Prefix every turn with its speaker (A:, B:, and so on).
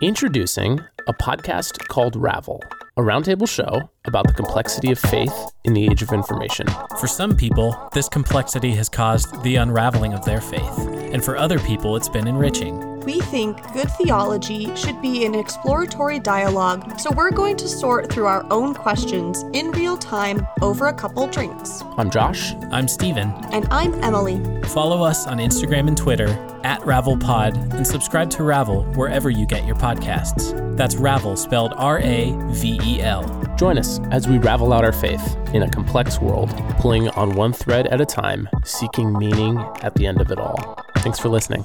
A: Introducing a podcast called Ravel, a roundtable show about the complexity of faith in the age of information.
B: For some people, this complexity has caused the unraveling of their faith, and for other people, it's been enriching.
C: We think good theology should be an exploratory dialogue, so we're going to sort through our own questions in real time over a couple drinks.
A: I'm Josh.
B: I'm Steven.
C: And I'm Emily.
B: Follow us on Instagram and Twitter at RavelPod and subscribe to Ravel wherever you get your podcasts. That's Ravel spelled R A V E L.
A: Join us as we ravel out our faith in a complex world, pulling on one thread at a time, seeking meaning at the end of it all. Thanks for listening.